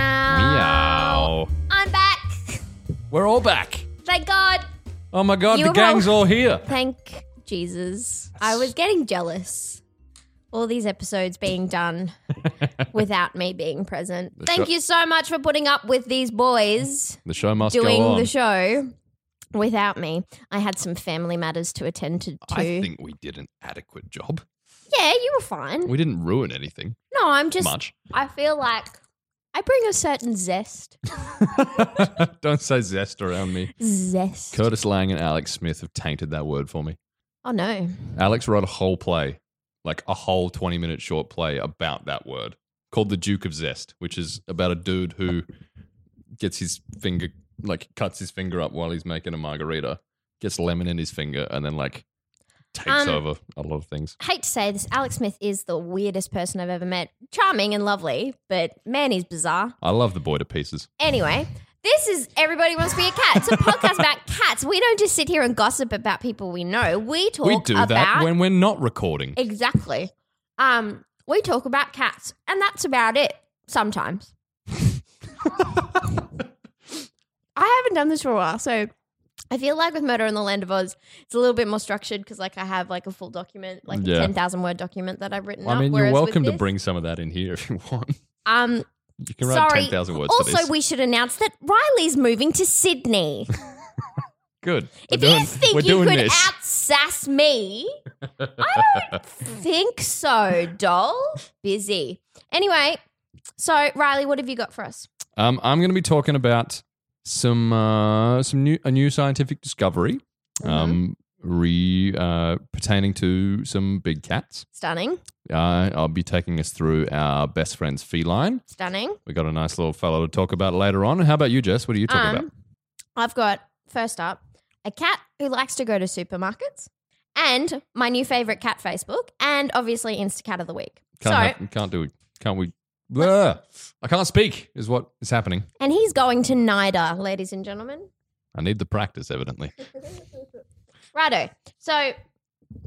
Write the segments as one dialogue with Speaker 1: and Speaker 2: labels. Speaker 1: Meow.
Speaker 2: Meow.
Speaker 1: I'm back.
Speaker 2: We're all back.
Speaker 1: Thank God.
Speaker 2: Oh my god,
Speaker 1: You
Speaker 2: the
Speaker 1: were
Speaker 2: gang's
Speaker 1: all-
Speaker 2: all here.
Speaker 1: Thank Jesus. I was getting jealous. All these episodes being done without me being present. Thank
Speaker 2: show-
Speaker 1: you so much for putting up with these boys
Speaker 2: The show must go
Speaker 1: doing
Speaker 2: on.
Speaker 1: the show without me. I had some family matters to attend to.
Speaker 2: I think we did an adequate job.
Speaker 1: yeah, you were fine.
Speaker 2: We didn't ruin anything
Speaker 1: no, I'm just.
Speaker 2: much.
Speaker 1: I feel like I bring a certain zest.
Speaker 2: Don't say zest around me.
Speaker 1: Zest.
Speaker 2: Curtis Lang and Alex Smith have tainted that word for me.
Speaker 1: Oh no.
Speaker 2: Alex wrote a whole play, like a whole 20 minute short play about that word called The Duke of Zest, which is about a dude who gets his finger, like cuts his finger up while he's making a margarita, gets lemon in his finger, and then like
Speaker 1: Um,
Speaker 2: takes over a lot of things.
Speaker 1: hate to say this, Alex Smith is the weirdest person I've ever met. Charming and lovely, but man, he's bizarre.
Speaker 2: I love the boy to pieces.
Speaker 1: Anyway, this is Everybody Wants to Be a Cat. It's a podcast about cats. We don't just sit here and gossip about people we know. We talk
Speaker 2: We do
Speaker 1: about
Speaker 2: that when we're not recording.
Speaker 1: exactly. Um, we talk about cats, and that's about it. Sometimes. I haven't done this for a while, so I feel like with Murder in the Land of Oz, it's a little bit more structured because, like, I have like a full document, like
Speaker 2: Yeah.
Speaker 1: a ten thousand word document that I've written.
Speaker 2: I mean,
Speaker 1: up,
Speaker 2: you're
Speaker 1: whereas with
Speaker 2: welcome to
Speaker 1: this-
Speaker 2: bring some of that in here if you want.
Speaker 1: Um,
Speaker 2: You can write
Speaker 1: Sorry.
Speaker 2: 10,000 words to
Speaker 1: also,
Speaker 2: this.
Speaker 1: we should announce that Riley's moving to Sydney.
Speaker 2: Good. We're
Speaker 1: if
Speaker 2: doing-
Speaker 1: you think
Speaker 2: we're
Speaker 1: you
Speaker 2: doing
Speaker 1: could
Speaker 2: this.
Speaker 1: outsass me, I don't think so, doll. Busy. Anyway, so Riley, what have you got for us?
Speaker 2: Um, I'm going to be talking about some uh, some new a new scientific discovery, um, re uh, pertaining to some big cats.
Speaker 1: Stunning,
Speaker 2: Uh, I'll be taking us through our best friend's feline.
Speaker 1: stunning.
Speaker 2: We got a nice little fellow to talk about later on. How about you, Jess? What are you talking about?
Speaker 1: Um, I've got first up a cat who likes to go to supermarkets, and my new favorite cat, Facebook, and obviously Instacat of the week. so,
Speaker 2: Can't hap- can't do it. Can't we? Blah. I can't speak. Is what is happening.
Speaker 1: and he's going to NIDA, ladies and gentlemen.
Speaker 2: I need the practice, evidently.
Speaker 1: Righto. So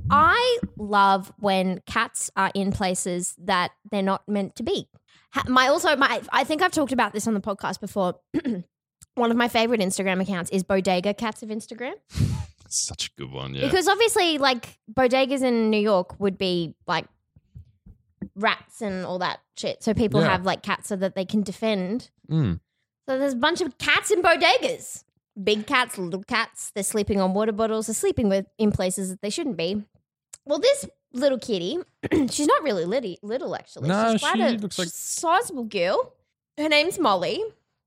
Speaker 1: I love when cats are in places that they're not meant to be. Ha- My also my I think I've talked about this on the podcast before. One of my favorite Instagram accounts is Bodega Cats of Instagram
Speaker 2: It's such a good one. Yeah.
Speaker 1: because obviously like bodegas in New York would be like rats and all that shit. So people
Speaker 2: Yeah.
Speaker 1: have like cats so that they can defend.
Speaker 2: Mm.
Speaker 1: So there's a bunch of cats in bodegas. Big cats, little cats. They're sleeping on water bottles. They're sleeping with in places that they shouldn't be. Well, this little kitty, she's not really litty, little actually.
Speaker 2: No,
Speaker 1: she's quite
Speaker 2: she
Speaker 1: a
Speaker 2: looks like-
Speaker 1: sizable girl. Her name's Molly,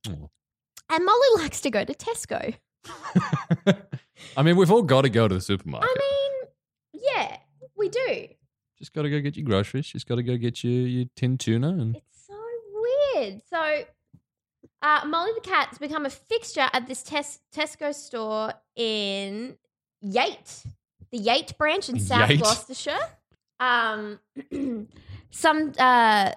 Speaker 2: Oh.
Speaker 1: and Molly likes to go to Tesco.
Speaker 2: I mean, we've all got to go to the supermarket.
Speaker 1: I mean, yeah, we do.
Speaker 2: Just got to go get your groceries. Just got to go get your, your tin tuna and
Speaker 1: It's so weird. So, uh, Molly the cat's become a fixture at this tes- Tesco store in Yate, the Yate branch in South
Speaker 2: Yate.
Speaker 1: Gloucestershire. Um, some uh,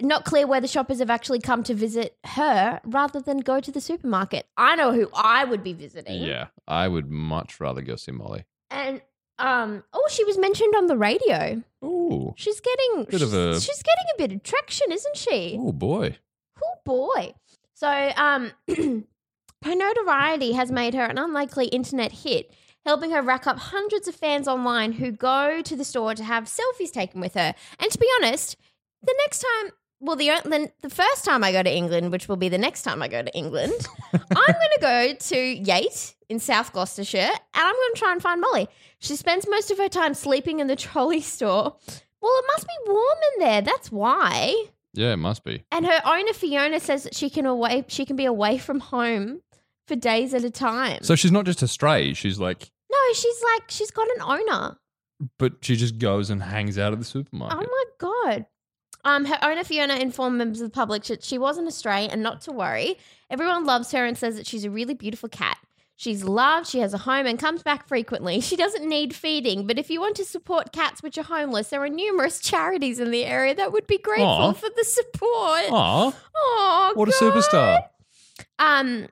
Speaker 1: not clear whether shoppers have actually come to visit her rather than go to the supermarket. I know who I would be visiting.
Speaker 2: yeah. I would much rather go see Molly.
Speaker 1: and um, oh, she was mentioned on the radio.
Speaker 2: Ooh,
Speaker 1: She's getting
Speaker 2: Bit of
Speaker 1: she's,
Speaker 2: a-
Speaker 1: she's getting a bit of traction, isn't she?
Speaker 2: oh boy.
Speaker 1: Cool boy. So, um, her notoriety has made her an unlikely internet hit, helping her rack up hundreds of fans online who go to the store to have selfies taken with her. And to be honest, the next time, well, the o- the, the first time I go to England, which will be the next time I go to England, I'm going to go to Yate in South Gloucestershire, and I'm going to try and find Molly. She spends most of her time sleeping in the trolley store. Well, it must be warm in there. That's why.
Speaker 2: Yeah, it must be.
Speaker 1: And her owner Fiona says that she can away she can be away from home for days at a time. Mm.
Speaker 2: So she's not just a stray. She's like
Speaker 1: no, she's like, she's got an owner.
Speaker 2: But she just goes and hangs out at the supermarket.
Speaker 1: Oh my god. Um, her owner Fiona informed members of the public that she was an stray and not to worry. Everyone loves her and says that she's a really beautiful cat. She's loved, she has a home and comes back frequently. She doesn't need feeding, but if you want to support cats which are homeless, there are numerous charities in the area that would be grateful
Speaker 2: Aw.
Speaker 1: for the support.
Speaker 2: Aw,
Speaker 1: Oh,
Speaker 2: what a superstar.
Speaker 1: um,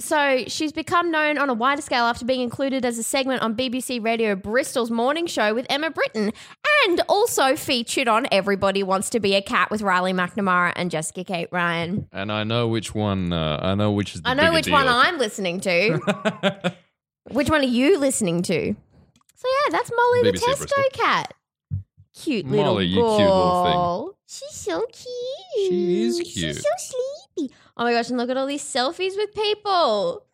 Speaker 1: so she's become known on a wider scale after being included as a segment on BBC Radio Bristol's morning show with Emma Britton, and also featured on Everybody Wants to Be a Cat with Riley McNamara and Jessica Kate Ryan.
Speaker 2: And I know which one, uh, I know which is the
Speaker 1: I know
Speaker 2: bigger
Speaker 1: which one
Speaker 2: deal.
Speaker 1: I'm listening to. which one are you listening to? So yeah, that's Molly the
Speaker 2: BBC
Speaker 1: Tesco
Speaker 2: Bristol.
Speaker 1: cat. Cute little
Speaker 2: Molly, you cute
Speaker 1: girl.
Speaker 2: little thing.
Speaker 1: She's so cute.
Speaker 2: She is
Speaker 1: She's
Speaker 2: cute.
Speaker 1: so sleepy. Oh my gosh! And look at all these selfies with people.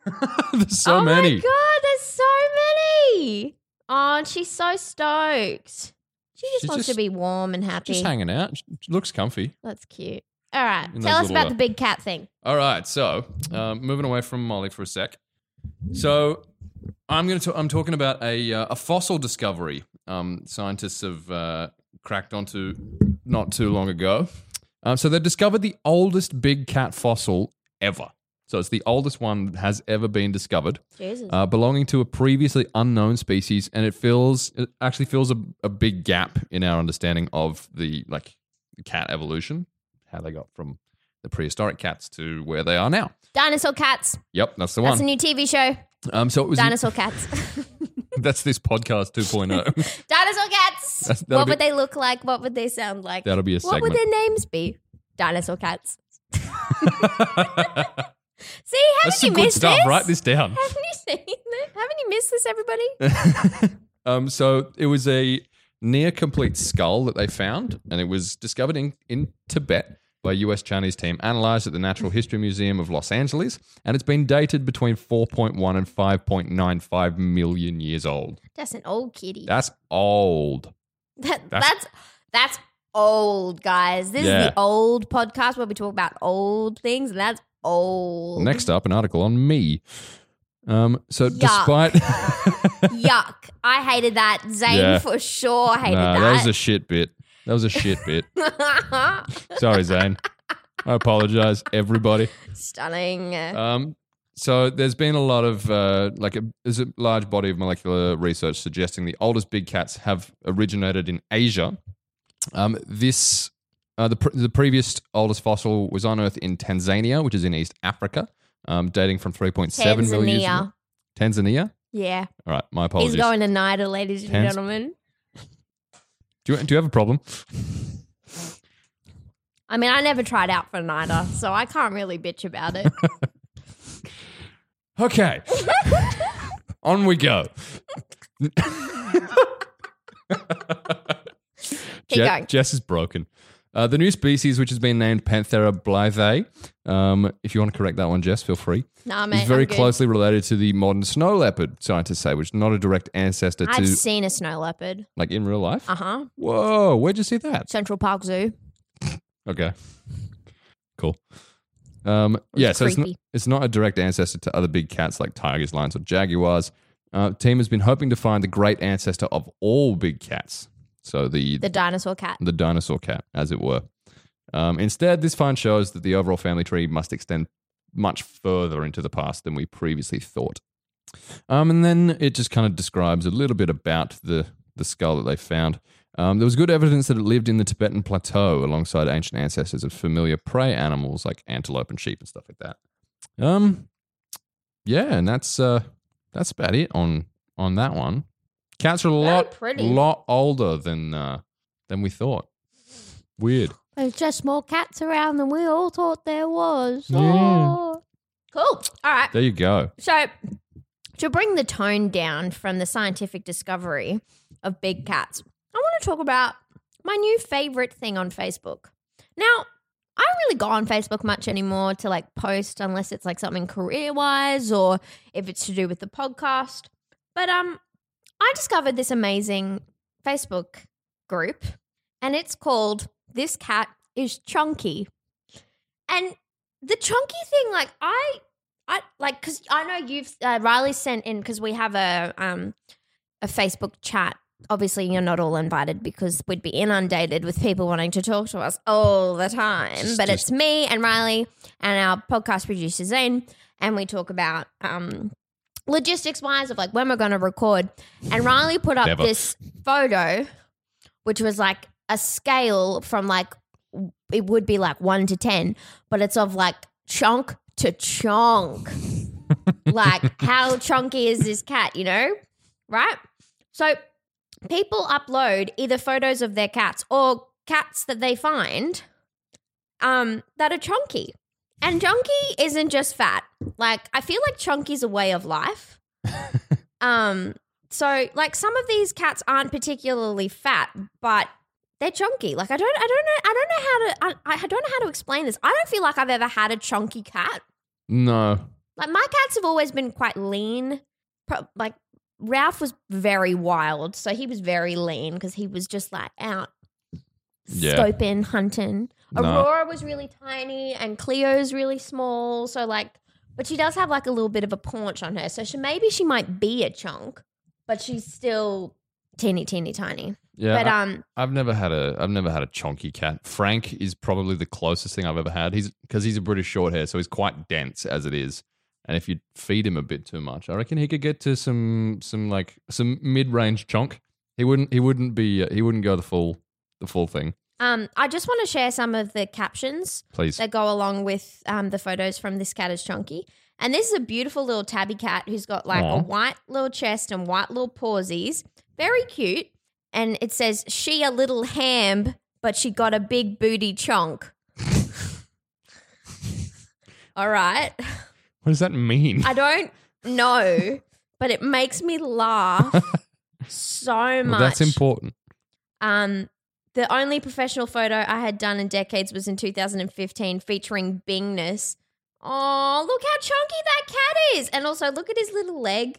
Speaker 2: There's so
Speaker 1: oh
Speaker 2: many.
Speaker 1: my god, there's so many. Oh, and she's so stoked. She just
Speaker 2: She's
Speaker 1: wants to
Speaker 2: just-
Speaker 1: be warm and happy.
Speaker 2: Just hanging out. She looks comfy.
Speaker 1: That's cute. All right,
Speaker 2: In
Speaker 1: tell
Speaker 2: those
Speaker 1: us
Speaker 2: little,
Speaker 1: about
Speaker 2: uh,
Speaker 1: the big cat thing.
Speaker 2: All right, so um, moving away from Molly for a sec. So I'm going to. I'm talking about a uh, a fossil discovery. Um, scientists have uh, cracked onto not too long ago. Um, so they discovered the oldest big cat fossil ever. So it's the oldest one that has ever been discovered,
Speaker 1: Jesus.
Speaker 2: uh, belonging to a previously unknown species, and it fills it actually fills a, a big gap in our understanding of the like cat evolution, how they got from the prehistoric cats to where they are now.
Speaker 1: Dinosaur cats.
Speaker 2: Yep, that's the
Speaker 1: That's
Speaker 2: one.
Speaker 1: a new TV show.
Speaker 2: um, so it was
Speaker 1: Dinosaur cats.
Speaker 2: that's this podcast oh. 2.0.
Speaker 1: Dinosaur cats.
Speaker 2: That's- that'll
Speaker 1: what
Speaker 2: be-
Speaker 1: would they look like? What would they sound like?
Speaker 2: That'll be a
Speaker 1: what would
Speaker 2: segment.
Speaker 1: their names be? Dinosaur cats. See, haven't
Speaker 2: that's
Speaker 1: you
Speaker 2: some good
Speaker 1: missed
Speaker 2: stuff.
Speaker 1: this?
Speaker 2: Write this down.
Speaker 1: Haven't you seen this? Haven't you missed this, everybody?
Speaker 2: um, so it was a near complete skull that they found, and it was discovered in, in Tibet by a US Chinese team, analyzed at the Natural History Museum of Los Angeles, and it's been dated between 4.1 and 5.95 million years old.
Speaker 1: That's an old kitty.
Speaker 2: That's old.
Speaker 1: That,
Speaker 2: That's-
Speaker 1: that's that's old, guys. This is
Speaker 2: Yeah.
Speaker 1: the old podcast where we talk about old things, and that's old.
Speaker 2: Next up, an article on me. Um, so
Speaker 1: Yuck.
Speaker 2: despite
Speaker 1: Yuck! I hated that. Zane
Speaker 2: Yeah.
Speaker 1: for sure hated
Speaker 2: Nah,
Speaker 1: that.
Speaker 2: that was a shit bit. That was a shit bit. Sorry, Zane. I apologize, everybody.
Speaker 1: Stunning.
Speaker 2: Um, so there's been a lot of uh, like a, there's a large body of molecular research suggesting the oldest big cats have originated in Asia. Um, this uh, the pr- the previous oldest fossil was unearthed in Tanzania, which is in East Africa, um, dating from 3.7 million years ago.
Speaker 1: Tanzania.
Speaker 2: Tanzania.
Speaker 1: Yeah,
Speaker 2: All right, my
Speaker 1: he's
Speaker 2: apologies.
Speaker 1: going to NIDA, ladies and
Speaker 2: Tans-
Speaker 1: gentlemen.
Speaker 2: do you do you have a problem?
Speaker 1: I mean, I never tried out for NIDA, so I can't really bitch about it.
Speaker 2: Okay. On we go. Je-
Speaker 1: going.
Speaker 2: Jess is broken. Uh, the new species, which has been named Panthera blithe, um, if you want to correct that one, Jess, feel free,
Speaker 1: nah, mate,
Speaker 2: is very
Speaker 1: I'm good.
Speaker 2: closely related to the modern snow leopard, scientists say, which is not a direct ancestor
Speaker 1: I've
Speaker 2: to,
Speaker 1: seen a snow leopard.
Speaker 2: like, in real life.
Speaker 1: Uh huh.
Speaker 2: Whoa, where'd you see that?
Speaker 1: Central Park Zoo.
Speaker 2: Okay. Cool. Um, yeah, so it's not,
Speaker 1: creepy.
Speaker 2: it's not a direct ancestor to other big cats like tigers, lions, or jaguars. Uh, team has been hoping to find the great ancestor of all big cats. So the
Speaker 1: The
Speaker 2: the,
Speaker 1: dinosaur cat.
Speaker 2: dinosaur cat, as it were. Um, instead, this find shows that the overall family tree must extend much further into the past than we previously thought. Um, and then it just kind of describes a little bit about the the skull that they found. Um, there was good evidence that it lived in the Tibetan plateau alongside ancient ancestors of familiar prey animals like antelope and sheep and stuff like that. Um, yeah, and that's uh, that's about it on on that one. Cats are a
Speaker 1: Very
Speaker 2: lot
Speaker 1: pretty.
Speaker 2: lot older than uh, than we thought. Weird.
Speaker 1: There's just more cats around than we all thought there was.
Speaker 2: Yeah.
Speaker 1: Oh. Cool. All right.
Speaker 2: There you go.
Speaker 1: So, to bring the tone down from the scientific discovery of big cats, I want to talk about my new favorite thing on Facebook. Now, I don't really go on Facebook much anymore to like post unless it's like something career wise or if it's to do with the podcast. But um, I discovered this amazing Facebook group, and it's called "This Cat Is Chunky," and the chunky thing, like I I like because I know you've uh, Riley sent in because we have a um a Facebook chat. Obviously, you're not all invited because we'd be inundated with people wanting to talk to us all the time.
Speaker 2: Just-
Speaker 1: but
Speaker 2: just-
Speaker 1: it's me and Riley and our podcast producer Zane, and we talk about um, logistics wise of like when we're going to record. And Riley put up
Speaker 2: Never.
Speaker 1: this photo, which was like a scale from like it would be like one to ten, but it's of like chunk to chunk. like how chunky is this cat, you know? Right? So people upload either photos of their cats or cats that they find um that are chunky. And chunky isn't just fat. Like I feel like chunky's a way of life. um so like some of these cats aren't particularly fat, but they're chunky. Like I don't, I don't know, I don't know how to, I, I don't know how to explain this. I don't feel like I've ever had a chunky cat.
Speaker 2: No.
Speaker 1: Like my cats have always been quite lean. Pro- like Ralph was very wild, so he was very lean because he was just like out
Speaker 2: Yeah.
Speaker 1: scoping, hunting.
Speaker 2: No.
Speaker 1: Aurora was really tiny, and Cleo's really small. So like, but she does have like a little bit of a paunch on her, so she maybe she might be a chunk, but she's still teeny, teeny, tiny.
Speaker 2: Yeah.
Speaker 1: but
Speaker 2: I-
Speaker 1: um,
Speaker 2: I've never had a I've never had a chonky cat. Frank is probably the closest thing I've ever had. He's because he's a British short hair, so he's quite dense as it is. And if you feed him a bit too much, I reckon he could get to some some like some mid range chonk. He wouldn't he wouldn't be uh, he wouldn't go the full the full thing.
Speaker 1: um, I just want to share some of the captions
Speaker 2: Please,
Speaker 1: that go along with um, the photos from this cat is chunky. And this is a beautiful little tabby cat who's got like
Speaker 2: Aw.
Speaker 1: a white little chest and white little pawsies. Very cute. And it says, she a little ham, but she got a big booty chunk. All right.
Speaker 2: what does that mean?
Speaker 1: I don't know, but it makes me laugh so much.
Speaker 2: Well, that's important.
Speaker 1: Um, the only professional photo I had done in decades was in 2015 featuring Bingness. Oh, look how chunky that cat is. And also, look at his little leg.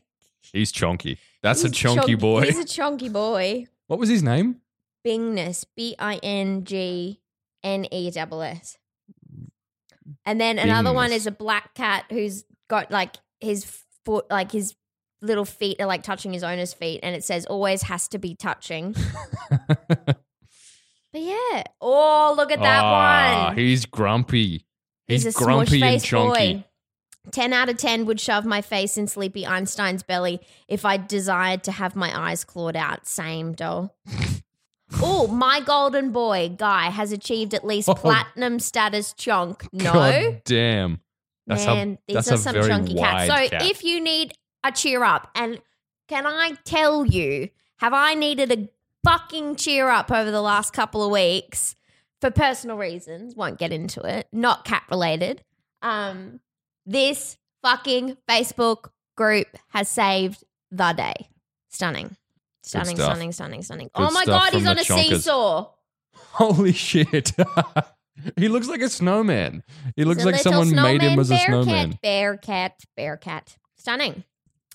Speaker 2: He's chonky. That's a
Speaker 1: He's
Speaker 2: chunky
Speaker 1: chonk-
Speaker 2: boy.
Speaker 1: He's a chunky boy.
Speaker 2: what was his name?
Speaker 1: Bingness. B I N G N E double S. And then another one
Speaker 2: Bingness.
Speaker 1: is a black cat who's got like his foot, like his little feet are like touching his owner's feet. And it says always has to be touching. But yeah. Oh, look at that
Speaker 2: Ah,
Speaker 1: one.
Speaker 2: He's grumpy. He's,
Speaker 1: a
Speaker 2: grumpy and
Speaker 1: smush-faced
Speaker 2: chonky.
Speaker 1: boy. 10 out of 10 would shove my face in sleepy Einstein's belly if I desired to have my eyes clawed out. Same, doll. oh, my golden boy, Guy, has achieved at least
Speaker 2: Oh.
Speaker 1: platinum status chunk. No.
Speaker 2: God damn. That's how-
Speaker 1: Man, these
Speaker 2: that's
Speaker 1: are
Speaker 2: a
Speaker 1: some
Speaker 2: very
Speaker 1: chunky cats.
Speaker 2: wide
Speaker 1: So
Speaker 2: cat.
Speaker 1: if you need a cheer up, and can I tell you, have I needed a fucking cheer up over the last couple of weeks for personal reasons? Won't get into it, not cat related. Um, this fucking Facebook group has saved the day. Stunning, stunning,
Speaker 2: stuff.
Speaker 1: stunning, stunning, stunning. oh my
Speaker 2: stuff
Speaker 1: god, he's
Speaker 2: from
Speaker 1: on a
Speaker 2: the chonkers.
Speaker 1: seesaw.
Speaker 2: Holy shit. he looks like a snowman. He looks
Speaker 1: He's a
Speaker 2: like
Speaker 1: little
Speaker 2: someone made him
Speaker 1: snowman,
Speaker 2: as a
Speaker 1: bear
Speaker 2: snowman.
Speaker 1: Cat, bear cat, bear cat. Stunning.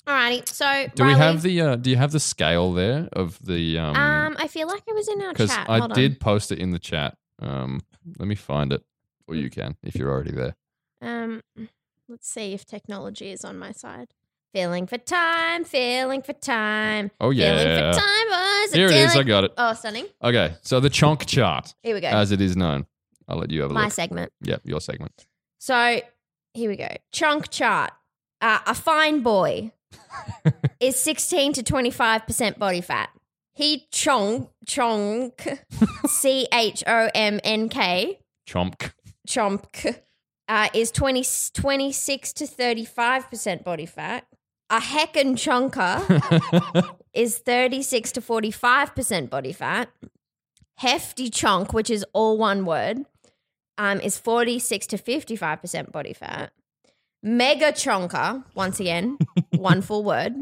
Speaker 1: Alrighty. So
Speaker 2: Do
Speaker 1: Riley,
Speaker 2: we have the uh, do you have the scale there of the um
Speaker 1: um I feel like it was in our
Speaker 2: because
Speaker 1: chat.
Speaker 2: I
Speaker 1: Hold
Speaker 2: did post it in the chat. Um let me find it. Or you can if you're already there.
Speaker 1: on. Um let's see if technology is on my side. Feeling for time, feeling for time.
Speaker 2: Oh
Speaker 1: Feeling for
Speaker 2: yeah.
Speaker 1: time, boys. I'm
Speaker 2: Here it is, I
Speaker 1: feeling-
Speaker 2: got it.
Speaker 1: Oh, stunning.
Speaker 2: Okay. So the chonk chart,
Speaker 1: Here we go.
Speaker 2: as it is known. I'll let you have a
Speaker 1: my
Speaker 2: look.
Speaker 1: segment.
Speaker 2: Yep, your segment.
Speaker 1: So here we go. Chunk chart. Uh, a fine boy is 16 to 25% body fat. He chonk, chonk, C H O M N K,
Speaker 2: Chomk.
Speaker 1: chonk, uh, is 20, 26 to 35% body fat. A heckin' chonker is 36 to 45% body fat. Hefty chunk, which is all one word, um, is 46 to 55% body fat. Mega chonker, once again, one full word,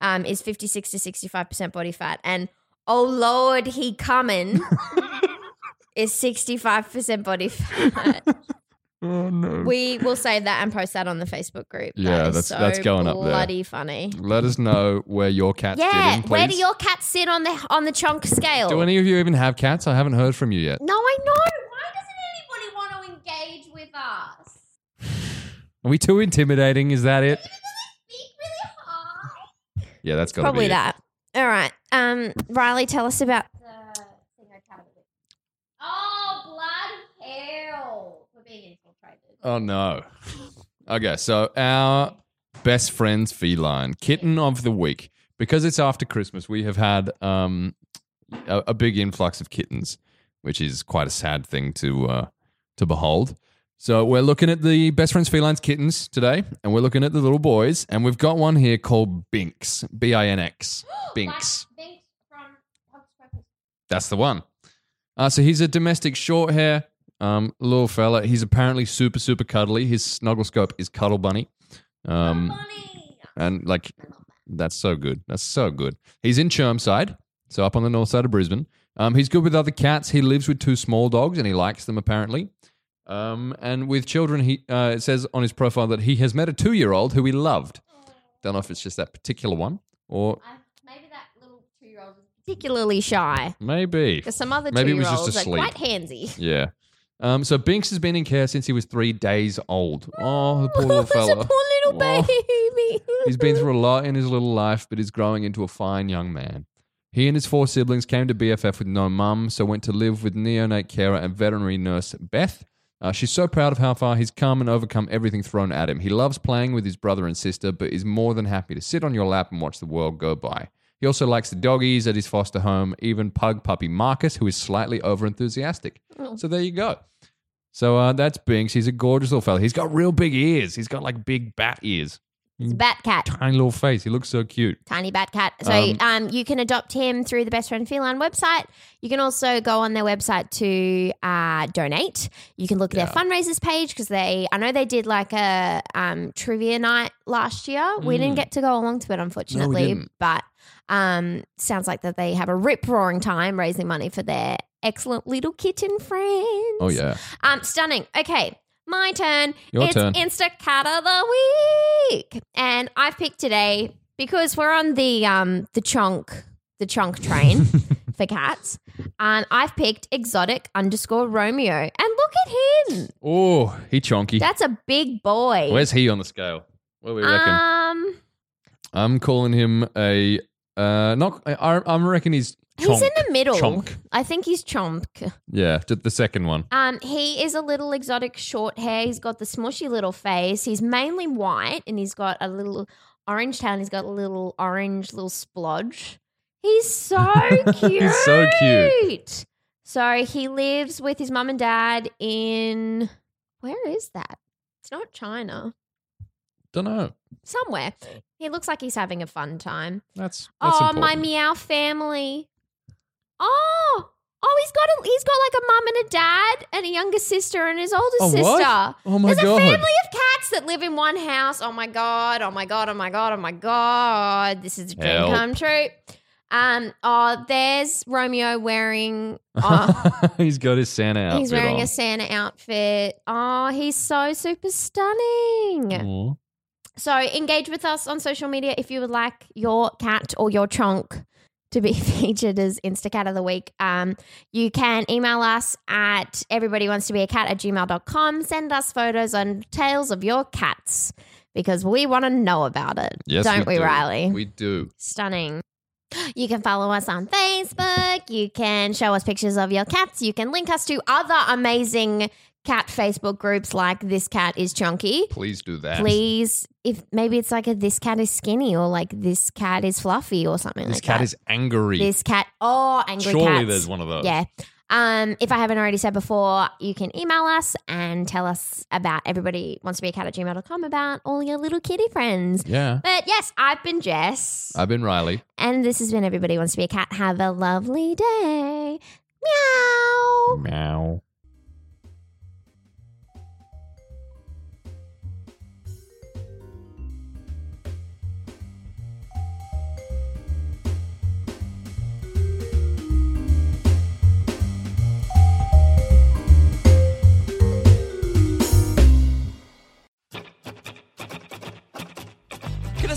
Speaker 1: um, is 56 to 65% body fat. And oh lord, he coming is 65% body fat.
Speaker 2: oh no.
Speaker 1: We will save that and post that on the Facebook group. That
Speaker 2: Yeah,
Speaker 1: is
Speaker 2: that's- that's going up there.
Speaker 1: Bloody funny.
Speaker 2: let us know where your cat's
Speaker 1: Yeah,
Speaker 2: sitting, please.
Speaker 1: where do your cats sit on the on the chunk scale?
Speaker 2: do any of you even have cats? I haven't heard from you yet.
Speaker 1: no, I know. Why doesn't anybody want to engage with us?
Speaker 2: Are we too intimidating? Is that it?
Speaker 1: Speak really hard.
Speaker 2: Yeah, that's got to be
Speaker 1: Probably
Speaker 2: it.
Speaker 1: that. All right. Um, Riley, tell us about the thing I covered. Oh, blood hell. We're being infiltrated.
Speaker 2: Oh no. Okay, so our best friend's feline kitten of the week because it's after Christmas. We have had um, a, a big influx of kittens, which is quite a sad thing to uh, to behold. So we're looking at the best friend's felines kittens today, and we're looking at the little boys, and we've got one here called Binks, B I N X, Binks.
Speaker 1: Binks from Hocus Pocus.
Speaker 2: That's the one. Uh, so he's a domestic short hair, um, little fella. He's apparently super, super cuddly. His snuggle scope is Cuddle Bunny. Um,
Speaker 1: Bunny.
Speaker 2: and like, that's so good. That's so good. He's in Chermside, so up on the north side of Brisbane. Um, he's good with other cats. He lives with two small dogs and he likes them apparently. Um, and with children, he uh, it says on his profile that he has met a two year old who he loved. Don't know if it's just that particular one or
Speaker 1: I, maybe that little two-year-old was particularly shy.
Speaker 2: maybe.
Speaker 1: Because some other
Speaker 2: Maybe it was just
Speaker 1: two-year-olds are
Speaker 2: asleep.
Speaker 1: quite handsy.
Speaker 2: Yeah. Um, so Binks has been in care since he was three days old. Oh, the poor little
Speaker 1: He's a
Speaker 2: fella.
Speaker 1: poor little
Speaker 2: Oh.
Speaker 1: baby.
Speaker 2: He's been through a lot in his little life, but is growing into a fine young man. He and his four siblings came to BFF with no mum, so went to live with neonate carer and veterinary nurse Beth. Uh, she's so proud of how far he's come and overcome everything thrown at him. He loves playing with his brother and sister, but is more than happy to sit on your lap and watch the world go by. He also likes the doggies at his foster home, even pug puppy Marcus, who is slightly overenthusiastic. So there you go. So uh, that's Binks. He's a gorgeous little fella. He's got real big ears. He's got like big bat ears
Speaker 1: It's a bat cat.
Speaker 2: tiny little face. He looks so cute.
Speaker 1: Tiny bat cat. So
Speaker 2: Um,
Speaker 1: um, you can adopt him through the Best Friend Feline website. You can also go on their website to uh, donate. You can look at
Speaker 2: Yeah.
Speaker 1: their fundraisers page because they, I know they did like a um, trivia night last year. We
Speaker 2: Mm.
Speaker 1: didn't get to go along to it, unfortunately.
Speaker 2: didn't.
Speaker 1: But um, sounds like that they have a rip roaring time raising money for their excellent little kitten friends.
Speaker 2: Oh yeah,
Speaker 1: Um, stunning. Okay, my turn.
Speaker 2: Your
Speaker 1: it's
Speaker 2: turn.
Speaker 1: Instacart of the week, and I've picked today because we're on the um the chonk the chonk train for cats. Um, I've picked exotic underscore Romeo, and look at him.
Speaker 2: Oh, he chonky.
Speaker 1: That's a big boy.
Speaker 2: Where's he on the scale? What do we reckon?
Speaker 1: um,
Speaker 2: I'm calling him a uh, not. I, I reckon he's chonk.
Speaker 1: he's in the middle.
Speaker 2: Chonk.
Speaker 1: I think he's chonk.
Speaker 2: Yeah, just the second one.
Speaker 1: Um, he is a little exotic short hair. He's got the smushy little face. He's mainly white and he's got a little orange tail and he's got a little orange little splodge. He's so cute.
Speaker 2: He's so cute.
Speaker 1: So he lives with his mum and dad in where is that? It's not China.
Speaker 2: Don't know.
Speaker 1: Somewhere. He looks like he's having a fun time.
Speaker 2: That's,
Speaker 1: Oh,
Speaker 2: that's
Speaker 1: my
Speaker 2: important.
Speaker 1: meow family. Oh, oh, he's got a he's got like a mum and a dad and a younger sister and his older
Speaker 2: A
Speaker 1: sister.
Speaker 2: what? Oh my
Speaker 1: There's
Speaker 2: god.
Speaker 1: a family of cats that live in one house. Oh my god! Oh my god! Oh my god! Oh my god! This is a dream
Speaker 2: Help.
Speaker 1: come true. Um. Oh, there's Romeo wearing. Oh,
Speaker 2: he's got his Santa outfit
Speaker 1: he's wearing
Speaker 2: on.
Speaker 1: a Santa outfit. Oh, he's so super stunning.
Speaker 2: Aw.
Speaker 1: So engage with us on social media if you would like your cat or your chonk to be featured as Instacat of the Week. Um, you can email us at everybodywantsToBeACat at gmail.com. Send us photos and tales of your cats because we want to know about it.
Speaker 2: Yes,
Speaker 1: don't
Speaker 2: we
Speaker 1: we,
Speaker 2: do.
Speaker 1: Riley?
Speaker 2: We do.
Speaker 1: Stunning. You can follow us on Facebook. You can show us pictures of your cats. You can link us to other amazing cat Facebook groups like This Cat is Chunky
Speaker 2: Please do that.
Speaker 1: please if maybe it's like a this cat is skinny or like this cat is fluffy or something
Speaker 2: This
Speaker 1: like
Speaker 2: cat
Speaker 1: that.
Speaker 2: is angry.
Speaker 1: this cat oh angry
Speaker 2: Surely
Speaker 1: cats.
Speaker 2: there's one of those.
Speaker 1: yeah um if i haven't already said before you can email us and tell us about everybody wants to be a cat at gmail.com about all your little kitty friends
Speaker 2: Yeah.
Speaker 1: but yes i've been jess
Speaker 2: I've been Riley.
Speaker 1: and this has been everybody wants to be a cat have a lovely day meow
Speaker 2: Meow.
Speaker 3: Can a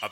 Speaker 4: A Uh,